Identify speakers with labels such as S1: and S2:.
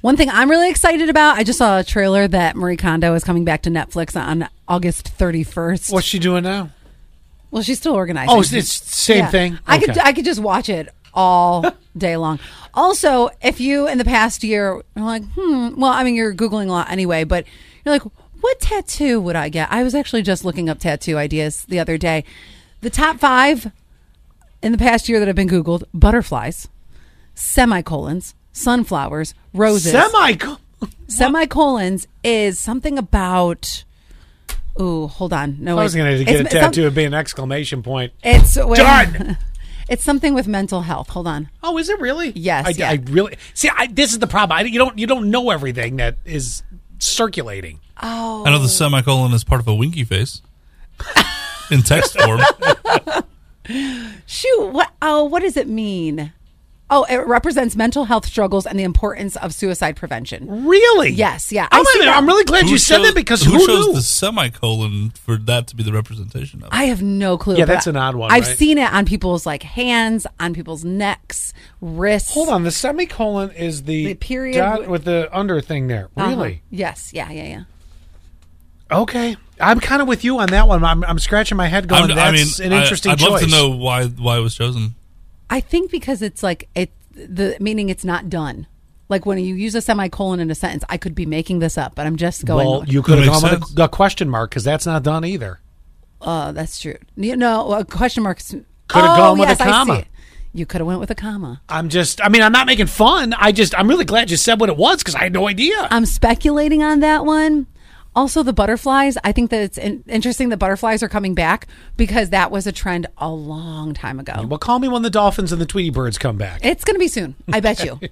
S1: One thing I'm really excited about, I just saw a trailer that Marie Kondo is coming back to Netflix on August 31st.
S2: What's she doing now?
S1: Well, she's still organizing.
S2: Oh, it's it's same
S1: Yeah.
S2: thing.
S1: I could
S2: Okay.
S1: I could just watch it all day long. Also, if you in the past year are like, hmm, well, I mean, you're googling a lot anyway, but you're like, what tattoo would I get? I was actually just looking up tattoo ideas the other day. The top five in the past year that have been googled: butterflies, semicolons, sunflowers, roses.
S2: Semi.
S1: semicolons is something about. Ooh, hold on. No,
S2: I was
S1: wait.
S2: going to
S1: It's-
S2: get a
S1: it's some-
S2: tattoo and be an exclamation point.
S1: it's wait.
S2: Done.
S1: It's something with mental health. Hold on.
S2: Oh, is it really?
S1: Yes,
S2: I,
S1: yeah.
S2: I really see. I, this is the problem. I, you don't you don't know everything that is circulating.
S3: I know the semicolon is part of a winky face in text form.
S1: Shoot, what? Oh, what does it mean? Oh, it represents mental health struggles and the importance of suicide prevention.
S2: Really?
S1: Yes, yeah, I
S2: Oh, wait a
S1: see
S2: minute,
S1: that.
S2: I'm really glad
S3: Who
S2: you said
S3: chose-
S2: that because
S3: who,
S2: who,
S3: chose
S2: knew?
S3: the semicolon for that to be the representation of? it?
S1: I have no clue.
S2: Yeah,
S1: but
S2: that's an odd one,
S1: I've
S2: right?
S1: seen it on people's like hands, on people's necks, wrists.
S2: Hold on, the semicolon is the,
S1: The period
S2: dot
S1: w-
S2: with the under thing there.
S1: Uh-huh.
S2: Really?
S1: Yes. Yeah. Yeah. Yeah.
S2: Okay, I'm kind of with you on that one. I'm, I'm scratching my head, going,
S3: I'm- I mean,
S2: "That's an interesting
S3: I, would
S2: choice."
S3: love to know why why it was chosen.
S1: I think because it's like it, the meaning it's not done. Like when you use a semicolon in a sentence, I could be making this up, but I'm just going.
S2: Well, you could
S3: makes
S2: have gone with
S3: sense.
S2: a, a question mark because that's not done either.
S1: Oh, that's true. You know, a question mark. Oh, Could
S2: Coulda gone with a comma.
S1: You could have went with a comma.
S2: I'm just. I mean, I'm not making fun. I just. I'm really glad you said what it was because I had no idea.
S1: I'm speculating on that one. Also, the butterflies. I think that it's in- interesting that butterflies are coming back because that was a trend a long time ago.
S2: well, call me when the dolphins and the Tweety birds come back.
S1: It's going to be soon. I bet you.